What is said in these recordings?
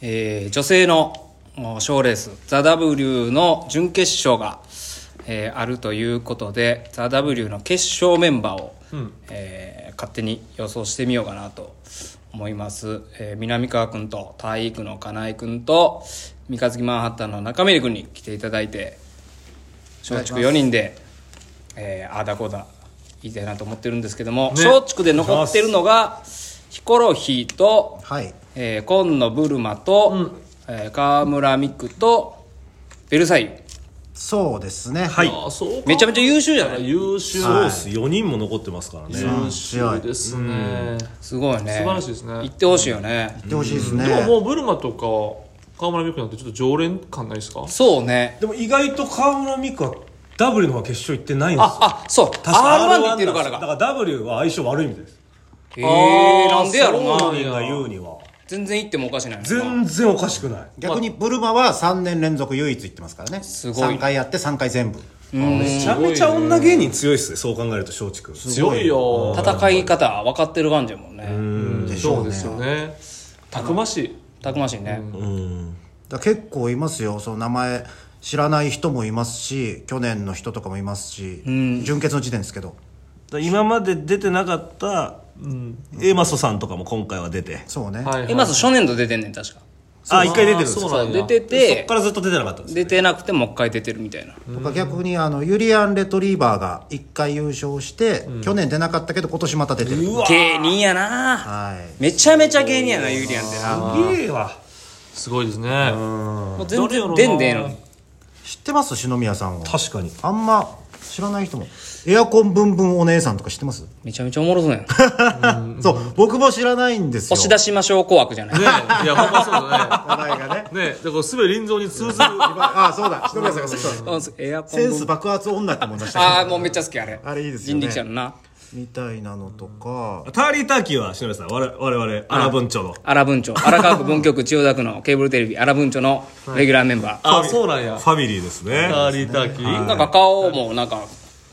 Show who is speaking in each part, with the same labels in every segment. Speaker 1: えー女性の賞レース、ザ・ W の準決勝が、えーあるということで、ザ・ W の決勝メンバーを、えー勝手に予想してみようかなと思います。えー南川くんと体育の金井くんと、三日月マンハッタンの中森くんに来ていただいて、松竹4人で、えー、ああだこうだ言いたいなと思ってるんですけども
Speaker 2: ね
Speaker 1: 松竹、で残ってるのがヒコロヒーと、
Speaker 3: はい
Speaker 1: えー、紺野ブルマと、えー川村美久とベルサイユ
Speaker 3: そうですね
Speaker 2: はい
Speaker 4: あそうか
Speaker 1: めちゃめちゃ優秀じゃない
Speaker 4: 優秀
Speaker 2: そうです4人も残ってますからね
Speaker 4: 優秀ですね
Speaker 1: すごいね
Speaker 4: 素晴らしいですね
Speaker 1: 行ってほしいよね、
Speaker 3: 行ってほしいですね
Speaker 4: でももうブルマとか川村美空なんてちょっと常連感ないですか
Speaker 1: そうね
Speaker 2: でも意外と川村美空は W の方が決勝行ってないんですよ
Speaker 1: ああそう R1
Speaker 2: 確か
Speaker 1: って言ってるから
Speaker 2: だか
Speaker 1: から
Speaker 2: W は相性悪いみたいです
Speaker 1: へえー、なんでやろう
Speaker 2: 本
Speaker 1: な
Speaker 2: 人が言うには
Speaker 1: 全然行ってもおかしない
Speaker 2: 全然おかしくない
Speaker 3: 逆にブルマは3年連続唯一行ってますからね
Speaker 1: すごい
Speaker 3: 3回やって3回全部
Speaker 2: めちゃめちゃ女芸人強いっすねそう考えると松竹
Speaker 4: 強いよ
Speaker 1: 戦い方分かってる感じやもんね
Speaker 3: でしょ
Speaker 4: そううで
Speaker 3: ね
Speaker 4: すよねたくましい
Speaker 1: たくましいね、
Speaker 3: だから結構いますよその名前知らない人もいますし去年の人とかもいますし、純潔の時点ですけど
Speaker 2: だから今まで出てなかった、エマソさんとかも今回は出て
Speaker 3: そうね、
Speaker 4: はいはい
Speaker 1: えまず初年度出てんねん確か
Speaker 2: あ一回出てるんです
Speaker 4: あー
Speaker 2: よ
Speaker 4: そうなん
Speaker 1: 出
Speaker 4: だ
Speaker 1: て
Speaker 2: でそ
Speaker 1: て
Speaker 2: っからずっと出てなかったんです
Speaker 1: 出てなくてもう一回出てるみたいな
Speaker 3: とか逆にあのユリアン・レトリーバーが1回優勝して、去年出なかったけど今年また出てる
Speaker 1: 芸人やな
Speaker 3: はい
Speaker 1: めちゃめちゃ芸人やなゆりやんってな
Speaker 2: すげえわ
Speaker 4: すごいですね
Speaker 1: もう全
Speaker 4: どれやろ
Speaker 1: 然出
Speaker 4: な
Speaker 1: んでええのに
Speaker 3: 知ってます篠宮さんは
Speaker 2: 確かに
Speaker 3: あんま知らない人もエアコンブンブンお姉さんとか知ってます、
Speaker 1: めちゃめちゃおもろそうやん
Speaker 3: そう僕も知らないんですよ
Speaker 1: 押し出しましょう紅白じゃない
Speaker 4: ねいやほんまそうだ
Speaker 3: 名前がね
Speaker 4: ねねだからすべ臨場に通ずる
Speaker 3: ああそうだ篠宮さんが そうだ
Speaker 1: エアコ
Speaker 3: セン
Speaker 1: ン
Speaker 3: ス爆発女って思いました
Speaker 1: ああもうめっちゃ好きあれ
Speaker 3: あれいいですよ
Speaker 1: 人
Speaker 3: ね
Speaker 1: 力車のな
Speaker 3: みたいなのとか
Speaker 2: ターリーターキーは篠宮さん我々我々荒文鳥の
Speaker 1: 荒文庁荒川区文京区千代田区のケーブルテレビ荒文庁のレギュラーメンバー
Speaker 4: あそうなんや
Speaker 2: ファミリーですね
Speaker 4: ターリーターキー
Speaker 1: なんか顔もなんか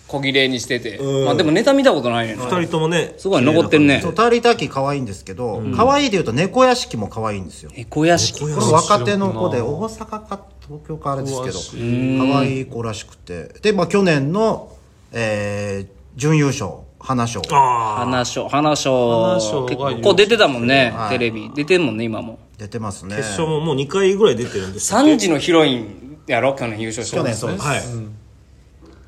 Speaker 1: 小切れにしててまあでもネタ見たことないねんな
Speaker 2: 二人ともね
Speaker 1: すごい残ってるね
Speaker 3: そうターリーターキー可愛いんですけど、可愛いでいうと猫屋敷も可愛いんですよ
Speaker 1: 猫屋敷
Speaker 3: これ若手の子で大阪か東京かあれですけ
Speaker 4: 詳し
Speaker 3: ど可愛い子らしくてで、まあ、去年の、えー準優勝花賞
Speaker 1: 花賞花賞
Speaker 4: 花賞が
Speaker 1: 結構出てたもんね、テレビ出てんもんね今も
Speaker 3: 出てますね
Speaker 2: 決勝ももう2回ぐらい出てるんですよ
Speaker 1: 3時のヒロインやろ去年優勝した
Speaker 3: 去年そうです、
Speaker 2: はい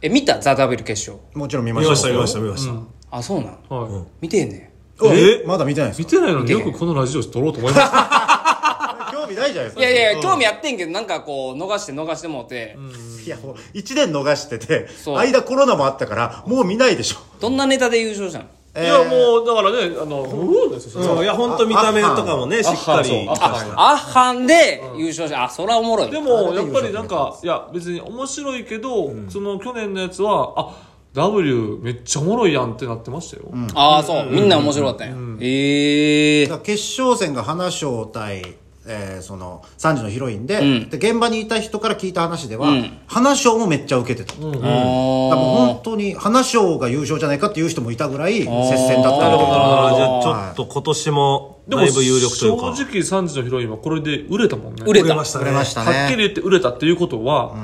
Speaker 1: え見たザ・ダブル決勝
Speaker 3: もちろん見ま
Speaker 2: 見まし
Speaker 3: した
Speaker 2: た見ましたた見ました
Speaker 1: あそうなん
Speaker 4: はい
Speaker 1: 見てんね
Speaker 3: えまだ見てないんです
Speaker 4: 見
Speaker 3: か
Speaker 4: てないのによくこのラジオ撮ろうと思いました
Speaker 3: 興味ないじゃないです
Speaker 1: んいやいやいや興味あってんけどなんかこう逃して逃してもうて、
Speaker 3: いやもう1年逃してて
Speaker 1: そう
Speaker 3: 間コロナもあったからもう見ないでしょ
Speaker 1: どんなネタで優勝したの
Speaker 4: いやもうだからねあのうんですよ
Speaker 2: そういや本当見た目とかもねしっかり生かした
Speaker 1: アッハンで優勝した、あそらおもろい
Speaker 4: でもやっぱりなんかいや別に面白いけど、その去年のやつはあ W めっちゃおもろいやんってなってましたよ、
Speaker 1: ああそう、みんな面白かったんや、ええ
Speaker 3: だから決勝戦が花賞対、えーその3時のヒロインで,、で現場にいた人から聞いた話では、花賞もめっちゃ受けてた、だからもう本当に花賞が優勝じゃないかっていう人もいたぐらい接戦だったなる
Speaker 2: ああじゃあちょっと今年も
Speaker 4: で
Speaker 2: だ
Speaker 4: も
Speaker 2: いぶ有力というか
Speaker 4: 正直3時のヒロインはこれで売れたもんね
Speaker 1: 売れた
Speaker 2: ました
Speaker 3: 売れました
Speaker 4: はっき
Speaker 3: ね
Speaker 4: り言って売れたっていうことは、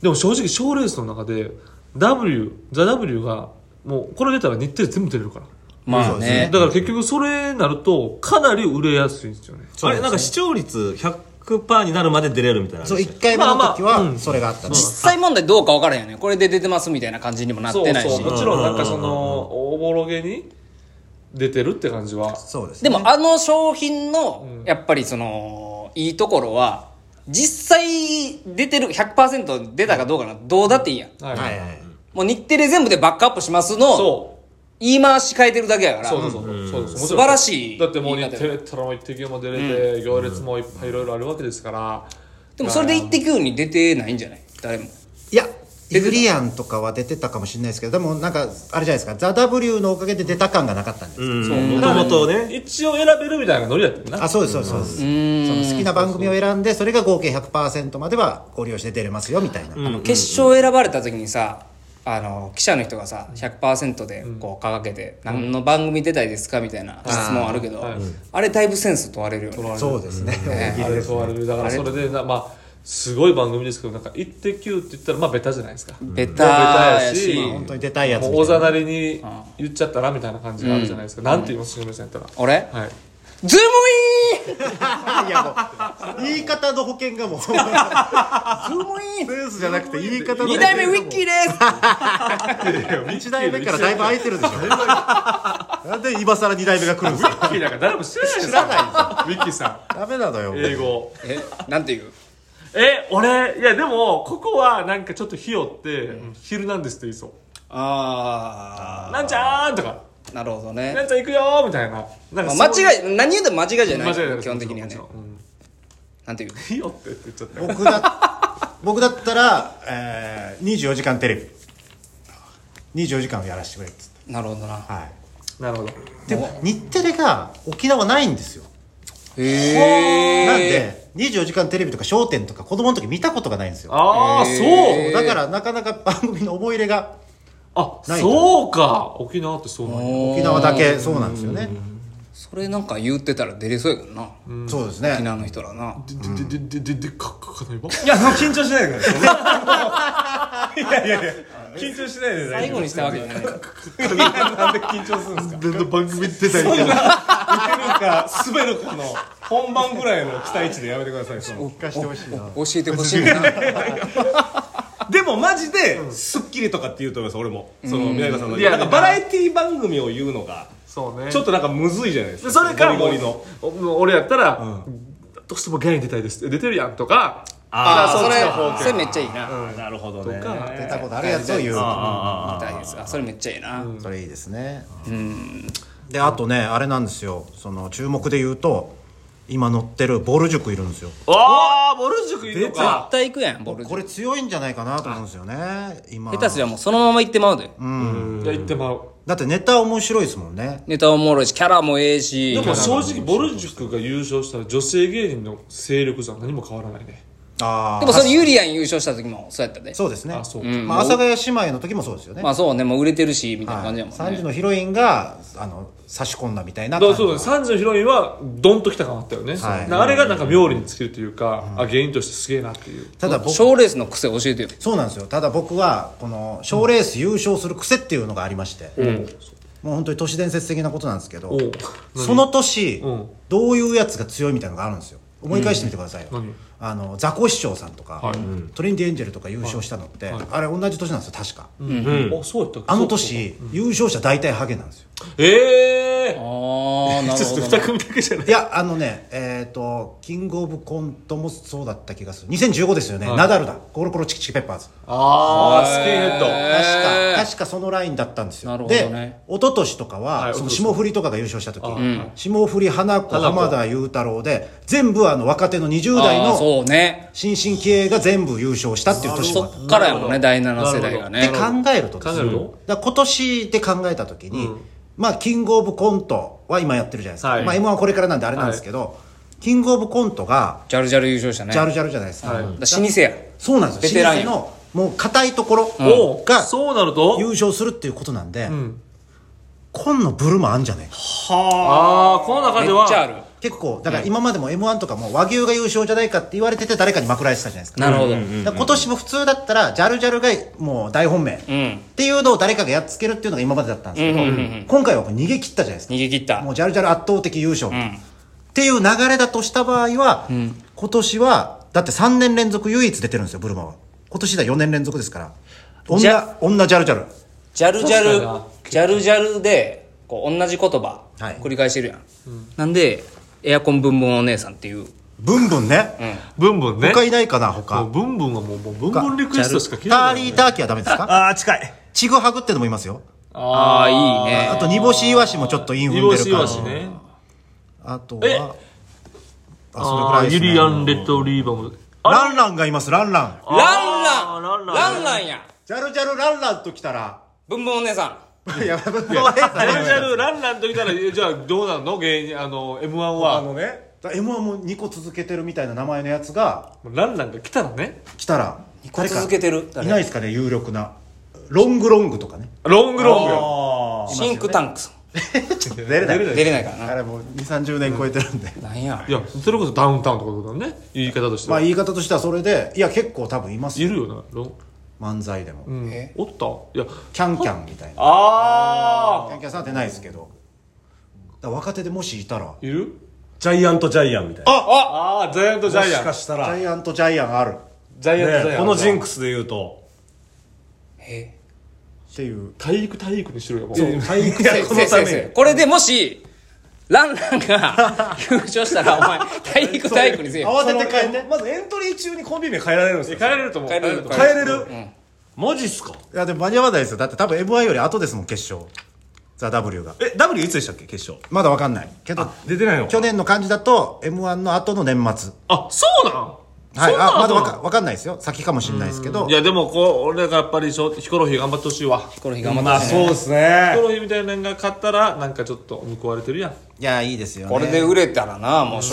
Speaker 4: でも正直賞レースの中で W ザ・ W がもうこれ出たら日程全部出れるから、
Speaker 1: まあね
Speaker 4: だから結局それになるとかなり売れやすいんですよね
Speaker 2: あれなんか視聴率100%になるまで出れるみたいな
Speaker 3: そう1回目の時
Speaker 4: まあまあう
Speaker 3: は
Speaker 4: ん
Speaker 3: それがあったんです、
Speaker 1: 実際問題どうか分からへんよねこれで出てますみたいな感じにもなってないし
Speaker 4: そうそうもちろんなんかそのおぼろげに出てるって感じは
Speaker 3: そうです
Speaker 1: で
Speaker 3: ね
Speaker 1: もあの商品のやっぱりそのいいところは実際出てる100%出たかどうかなどうだっていいやん
Speaker 4: はい、
Speaker 3: はいはい
Speaker 1: もう日テレ全部でバックアップしますの
Speaker 4: そう
Speaker 1: 言い回し変えてるだけやから
Speaker 4: そうそうそうそうです
Speaker 1: 素晴らしい
Speaker 4: だってもう
Speaker 1: 言い
Speaker 4: 日
Speaker 1: 方
Speaker 4: テレたらも一滴も出れて、行列もいっぱいいろいろあるわけですから
Speaker 1: でもそれで「イッテ Q!」に出てないんじゃない誰も
Speaker 3: いやユリアンとかは出てたかもしれないですけどでもなんかあれじゃないですか「ザ・ w のおかげで出た感がなかったんです、
Speaker 2: もともとね
Speaker 4: 一応選べるみたいなノリだったよな
Speaker 3: あそうですそうですそうです、その好きな番組を選んでそれが合計100%まではご利用して出れますよみたいな、
Speaker 1: 決勝選ばれた時にさあの記者の人がさ100%でこう掲げて「何の番組出たいですか?」みたいな質問あるけど
Speaker 4: あーはい
Speaker 1: あれだいぶセンス問われるよね
Speaker 3: そうですね。
Speaker 4: あれとあれだからそれでなまあすごい番組ですけどなんか「イッテ Q!」って言ったらまあベタじゃないですか
Speaker 1: ベタやし
Speaker 4: ベタやし
Speaker 3: 本当に出たいやつ
Speaker 4: も
Speaker 3: み
Speaker 4: う
Speaker 3: たいな。
Speaker 4: 大ざなりに言っちゃったらみたいな感じがあるじゃないですか、なんて言いますしめさんやった
Speaker 1: 俺
Speaker 4: らはい
Speaker 1: ズームイン
Speaker 3: いやもう言い方の保険がも うズームインセンスじゃなくて言い方の
Speaker 1: 二代目ウィッキーです
Speaker 3: 1代目からだいぶ空いてるでしょなんで今更2代目が来るんですか
Speaker 4: ウィッキーなんか誰も知らないです
Speaker 3: 知らないです
Speaker 4: ウィッキーさ
Speaker 3: ダメなのよ
Speaker 4: ん英語
Speaker 1: えなんて言う
Speaker 4: え俺いやでもここはなんかちょっとひよって「ヒルナンデス」って言いそう「
Speaker 1: あ
Speaker 4: なんちゃーん!」とか
Speaker 1: あなるほど
Speaker 4: 「な
Speaker 1: ね
Speaker 4: んちゃん行くよ!」みたいななんか
Speaker 1: まあ
Speaker 4: そう
Speaker 1: 間違い何言うても間違いじゃな
Speaker 4: 間違いないい
Speaker 1: 基本的にはね
Speaker 4: もちろんうん
Speaker 1: なんて言う
Speaker 4: ひよってって言っちゃった
Speaker 3: 僕だ僕だったら、えー、24時間テレビ24時間をやらせてくれっつっ
Speaker 1: なるほどな
Speaker 3: てはい
Speaker 4: なるほど
Speaker 3: でも日テレが沖縄ないんですよ
Speaker 1: へえ
Speaker 3: なんで24時間テレビとか『笑点』とか子供の時見たことがないんですよ
Speaker 4: ああそう
Speaker 3: だからなかなか 番組の思い入れが
Speaker 4: あ
Speaker 3: ない
Speaker 4: そうか沖縄ってそうなんや
Speaker 3: 沖縄だけそうなんですよね
Speaker 1: それなんか言ってたら出れそうやけどな
Speaker 3: そうです
Speaker 1: 沖
Speaker 3: ね
Speaker 1: 縄の人らな
Speaker 4: でででででででかかかないば
Speaker 2: いや、緊張しないでください。いやいやいや、緊張しないで
Speaker 1: 最後にしたわけじゃない
Speaker 2: なんで緊張するんですか
Speaker 3: 全然番組出たりとか
Speaker 2: 受けるか、滑るかの本番ぐらいの期待値でやめてください。その
Speaker 3: 聞かしてほしいな
Speaker 1: 教えてほしい な
Speaker 2: でもマジで、スッキリとかって言うと思います、俺も。その、宮川さんの。
Speaker 4: いや
Speaker 2: なんかバラエティ番組を言うのが、
Speaker 4: そうね
Speaker 2: ちょっとなんかむずいじゃないです
Speaker 4: で
Speaker 2: か。
Speaker 4: それかも
Speaker 2: ゴ
Speaker 4: う
Speaker 2: リゴリの。
Speaker 4: おもう俺やったら、どうしてもギャイに出たいです出てるやんとか
Speaker 1: あ
Speaker 4: そっちの
Speaker 1: あ
Speaker 4: 方
Speaker 1: それそれめっちゃいいな
Speaker 2: うんなるほどね。
Speaker 4: とか
Speaker 3: 出たことあるやつを言う
Speaker 2: あ
Speaker 1: 大ですあそれめっちゃいいな
Speaker 3: それいいですねであとねあれなんですよその注目で言うと今乗ってるボール塾いるんですよ
Speaker 4: ああボル塾いるの
Speaker 1: 絶
Speaker 4: か
Speaker 1: 対行くやんボルジ
Speaker 3: これ強いんじゃないかなと思うんですよね今
Speaker 1: 下手すりゃもうそのまま行ってまうで
Speaker 4: いや言ってまう
Speaker 3: だってネタ面白いですもんね
Speaker 1: ネタおもろいしキャラもええし
Speaker 4: でも正直ボル塾が優勝したら女性芸人の勢力じゃ何も変わらないね
Speaker 3: ああ
Speaker 1: でもそれユリアン優勝した時もそうやったで
Speaker 3: そうですね
Speaker 4: あそう
Speaker 3: まあ、阿佐ヶ谷姉妹の時もそうですよね、
Speaker 1: まあそうねもう売れてるしみたいな
Speaker 3: は
Speaker 1: 感
Speaker 3: い
Speaker 1: じやもん
Speaker 3: 3時
Speaker 1: ね
Speaker 3: のヒロインがあの差し込んだみたいな
Speaker 4: だから
Speaker 3: 感じ
Speaker 4: そうだね3時のヒロインはドンときた感あったよね、
Speaker 3: はい
Speaker 4: なあれがなんか妙利に尽きるというか、あ芸人としてすげえなっていう
Speaker 3: ただ僕
Speaker 1: 賞レースの癖教えてよ
Speaker 3: そうなんですよただ僕はこの賞レース優勝する癖っていうのがありまして、もう本当に都市伝説的なことなんですけど
Speaker 4: おう
Speaker 3: その年、
Speaker 4: ん
Speaker 3: どういうやつが強いみたいなのがあるんですよ思い返してみてくださいよ、
Speaker 4: 何
Speaker 3: あのザコシショウさんとか、
Speaker 4: はい
Speaker 3: トリンディエンジェルとか優勝したのって、あれ同じ年なんですよ確か、
Speaker 4: うんあそうやったっけ
Speaker 3: あの年優勝者大体ハゲなんですよ
Speaker 4: ええ
Speaker 1: ああなる
Speaker 4: ちょっ
Speaker 1: ほど
Speaker 4: と2組だけじゃない
Speaker 3: いやあのねえっ、とキングオブコントもそうだった気がする2015ですよね、ナダルだコロコロチキチキペッパーズ
Speaker 4: ああスキンヘッド
Speaker 3: 確
Speaker 1: へー
Speaker 3: か確かそのラインだったんですよ
Speaker 1: なるほど
Speaker 3: で
Speaker 1: ね
Speaker 3: 一昨年とかは、
Speaker 4: はい
Speaker 3: そ
Speaker 4: 一昨
Speaker 3: の
Speaker 4: 年
Speaker 3: 霜降りとかが優勝した時、霜降り花子浜田雄太郎で全部あの若手の20代
Speaker 1: あー
Speaker 3: の
Speaker 1: そうね
Speaker 3: 新進気鋭が全部優勝したっていう年
Speaker 1: そ
Speaker 3: もあった
Speaker 1: っからやもんね第7世代が
Speaker 3: で
Speaker 1: ね
Speaker 3: 考えるとです
Speaker 4: 考え
Speaker 3: ね
Speaker 4: ると
Speaker 3: だから今年で考えた時に、まあキングオブコントは今やってるじゃないですか、
Speaker 4: はい
Speaker 3: まあ m 1はこれからなんであれなんですけど、キングオブコントが
Speaker 1: ジャルジャル優勝したね
Speaker 3: ジャ
Speaker 1: ル
Speaker 3: ルジャルじゃないですか、
Speaker 4: はい
Speaker 1: 老舗や
Speaker 3: そうなんです
Speaker 1: ベテ
Speaker 3: よ
Speaker 1: ラン
Speaker 3: 老
Speaker 1: や
Speaker 3: 舗のもう硬いところ
Speaker 4: おう
Speaker 3: が
Speaker 4: そうなると
Speaker 3: 優勝するっていうことなんで、
Speaker 4: ん
Speaker 3: 今のブルマあんじゃないか
Speaker 4: ああこの中
Speaker 1: めっ
Speaker 4: では
Speaker 1: ちゃある
Speaker 3: 結構だから今までも m 1とかも和牛が優勝じゃないかって言われてて誰かにまくられてたじゃないですか
Speaker 1: なるほど
Speaker 3: だから今年も普通だったらジャルジャルがもう大本命、っていうのを誰かがやっつけるっていうのが今までだったんですけど、今回はこう逃げ切ったじゃないですか
Speaker 1: 逃げ切った
Speaker 3: もうジャルジャル圧倒的優勝、っていう流れだとした場合は、今年はだって3年連続唯一出てるんですよブルマは今年だ4年連続ですから
Speaker 1: じ
Speaker 3: 女
Speaker 1: ゃ
Speaker 3: 女ジャルジャル
Speaker 1: ジャルジャ
Speaker 4: 確か
Speaker 1: ルジャルジャルでこう同じ言葉
Speaker 3: はい
Speaker 1: 繰り返してるやん、なんでエアコンブンブンお姉さんっていう
Speaker 3: ブンブンね、
Speaker 4: ブンブンね
Speaker 3: 他いないかな
Speaker 4: も
Speaker 3: 他
Speaker 4: うブンブンはもうもうブンブンリクエストしか聞い
Speaker 3: タ
Speaker 4: た
Speaker 3: ー
Speaker 4: ことな
Speaker 3: リ
Speaker 4: い
Speaker 3: ーターキーはダメですか
Speaker 2: ああ、近い。
Speaker 3: チグハグってのもいますよ
Speaker 1: ああいいね
Speaker 3: あと煮干しイワシもちょっとインフ
Speaker 4: イ
Speaker 3: ン
Speaker 4: ワ
Speaker 3: で
Speaker 4: シ
Speaker 3: る
Speaker 4: イ
Speaker 3: から
Speaker 4: ワシね
Speaker 3: あと
Speaker 4: え
Speaker 3: はあそれぐ
Speaker 4: あ
Speaker 3: ら
Speaker 4: あ
Speaker 3: いです
Speaker 4: ユ
Speaker 3: ね
Speaker 4: リアン・レッドリーバムあ
Speaker 3: ランランがいますランラン
Speaker 1: ランラン
Speaker 4: あー
Speaker 1: ランランや
Speaker 3: ジャルジャルランランときた ら
Speaker 1: ブンブンお姉さん
Speaker 3: いやブンブン
Speaker 4: ランジャルランランときたらえじゃあどうなんの芸人あの m 1
Speaker 2: あ
Speaker 4: は
Speaker 2: のね。
Speaker 3: M1 も2個続けてるみたいな名前のやつが
Speaker 4: ランランが来たらね
Speaker 3: 来たら
Speaker 1: これ
Speaker 3: 誰か
Speaker 1: 続けてる
Speaker 3: いないですかね有力なロングロングとかね。
Speaker 4: ロングロングよ
Speaker 2: ああ
Speaker 1: シンクタンクさん
Speaker 3: 出れない。
Speaker 1: 出れないから
Speaker 3: あ
Speaker 1: な
Speaker 3: れもう2、30年超えてるんで。
Speaker 1: なんや
Speaker 4: いやそれこそダウンタウンとかのことだね言い方として
Speaker 3: まあ
Speaker 4: は、
Speaker 3: 言い方としてはそれで、いや結構多分います
Speaker 4: い
Speaker 3: よ。
Speaker 4: るよなロ、
Speaker 3: 漫才でも。
Speaker 4: うん
Speaker 1: え、
Speaker 4: おったいや
Speaker 3: キャンキャンみたいな。
Speaker 4: あ
Speaker 3: キャンキャンさんってないですけど。だから若手でもしいたら、
Speaker 4: あいる
Speaker 2: ジャイアントジャイアンみたいな
Speaker 4: ああジャイアントジ
Speaker 2: も
Speaker 4: ャイア
Speaker 2: し
Speaker 4: ン
Speaker 2: かした
Speaker 3: ジ
Speaker 2: ら、ね、
Speaker 3: ャイアントジャイアンある
Speaker 4: ジャイアントジャイアン
Speaker 2: このジンクスで言うと
Speaker 1: え
Speaker 3: っていう。
Speaker 4: 体育体育にしろよもう
Speaker 2: 体育
Speaker 1: せ
Speaker 2: でこのた
Speaker 1: せ
Speaker 2: めに
Speaker 1: せこれでもしランランが 優勝したらお前体育体育にせえよ
Speaker 3: 慌てて変えて。
Speaker 2: まずエントリー中にコンビ名変えられるんですよ
Speaker 4: 帰れると思う
Speaker 1: 帰れる
Speaker 4: と
Speaker 1: 帰
Speaker 2: 変えれる、
Speaker 1: ん
Speaker 2: マジっすか
Speaker 3: いやでも間に合わないですよ。だって多分 M1 より後ですもん、決勝。ザ・ W が。
Speaker 2: え W いつでしたっけ決勝
Speaker 3: まだわかんない。けど、
Speaker 2: 出てないの
Speaker 3: 去年の感じだと、M1 の後の年末。
Speaker 4: あそうなん
Speaker 3: はい。
Speaker 4: そ
Speaker 3: あ
Speaker 4: うなん、
Speaker 3: まだわかわかんないですよ。先かもしれないですけど
Speaker 4: い。やでもこう俺がやっぱりしょヒコロヒー頑張ってほしいわヒ
Speaker 1: この日頑張
Speaker 2: まあ
Speaker 1: ってほしいね
Speaker 2: そうですね
Speaker 4: コロヒーみたいなのが勝ったらなんかちょっと報われてるやん
Speaker 3: いや、いいですよね。
Speaker 1: これで売れたらなもう松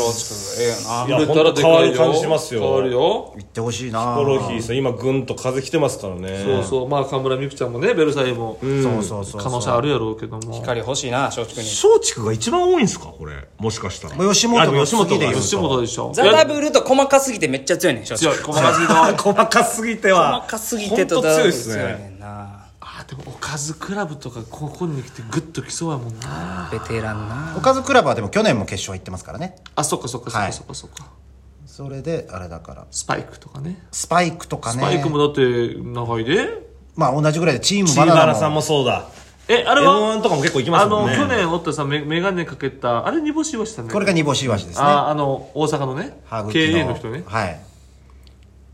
Speaker 1: 竹ええよない
Speaker 2: や
Speaker 4: 売れたらでかいよ
Speaker 2: ほんと変わる感じますよ
Speaker 4: 変わるよ
Speaker 3: 行ってほしいな
Speaker 2: ヒコロヒーさん今ぐんと風来てますからね
Speaker 4: そうそうまあ河村美空ちゃんもねベルサイユも
Speaker 3: そうそうそうそう。
Speaker 4: 可能性あるやろうけども
Speaker 1: 光欲しいな松竹に
Speaker 2: 松竹が一番多いんすかこれもしかしたら
Speaker 3: もう吉本が
Speaker 2: あでも吉本
Speaker 3: 次で
Speaker 2: が
Speaker 3: 言うと
Speaker 4: 吉本でしょ
Speaker 1: ザ・ダブルと細かすぎてめっちゃ強いねん松
Speaker 4: いや
Speaker 1: 竹
Speaker 4: 違う小松のあ
Speaker 2: 細かすぎては
Speaker 1: 細かすぎてと
Speaker 2: ほん
Speaker 1: ダ
Speaker 2: 強
Speaker 1: ブ
Speaker 2: い
Speaker 1: ル
Speaker 2: っす
Speaker 1: 強いね
Speaker 2: ね
Speaker 1: んな
Speaker 4: あでもおかずクラブとかここに来てグッと来そうやもんな
Speaker 1: ベテランな
Speaker 3: おかずクラブはでも去年も決勝行ってますからね。
Speaker 4: あそっかそっかそっ
Speaker 3: は
Speaker 4: か
Speaker 3: い
Speaker 4: そっかそっか
Speaker 3: それで、あれだから。
Speaker 4: スパイクとかね
Speaker 3: スパイクとか
Speaker 4: ス
Speaker 3: ね。
Speaker 4: パイクもだって長いで
Speaker 3: まあ同じぐらいで、チーム
Speaker 2: チー
Speaker 3: バ
Speaker 2: バ
Speaker 3: ナナ
Speaker 2: ラ
Speaker 3: も。
Speaker 2: さんもそうだ
Speaker 4: えあれ
Speaker 2: m
Speaker 4: は
Speaker 2: 1とかも結構行きま
Speaker 4: あ
Speaker 2: すも
Speaker 4: の
Speaker 2: んね
Speaker 4: 去年おったさメメガネかけたあれ煮干しをしたね
Speaker 3: これが煮干しイワシですね。
Speaker 4: ああの大阪のね
Speaker 3: 歯
Speaker 4: 経
Speaker 3: 茎
Speaker 4: 営の人ね
Speaker 3: はい。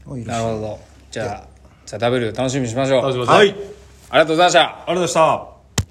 Speaker 3: もういるし
Speaker 1: なるほどじゃあザ・ダブル楽しみにしましょうあ
Speaker 4: 楽し
Speaker 1: り
Speaker 4: みましょう
Speaker 2: はいありがと
Speaker 1: がとうご
Speaker 2: う
Speaker 1: ざいました
Speaker 2: ございました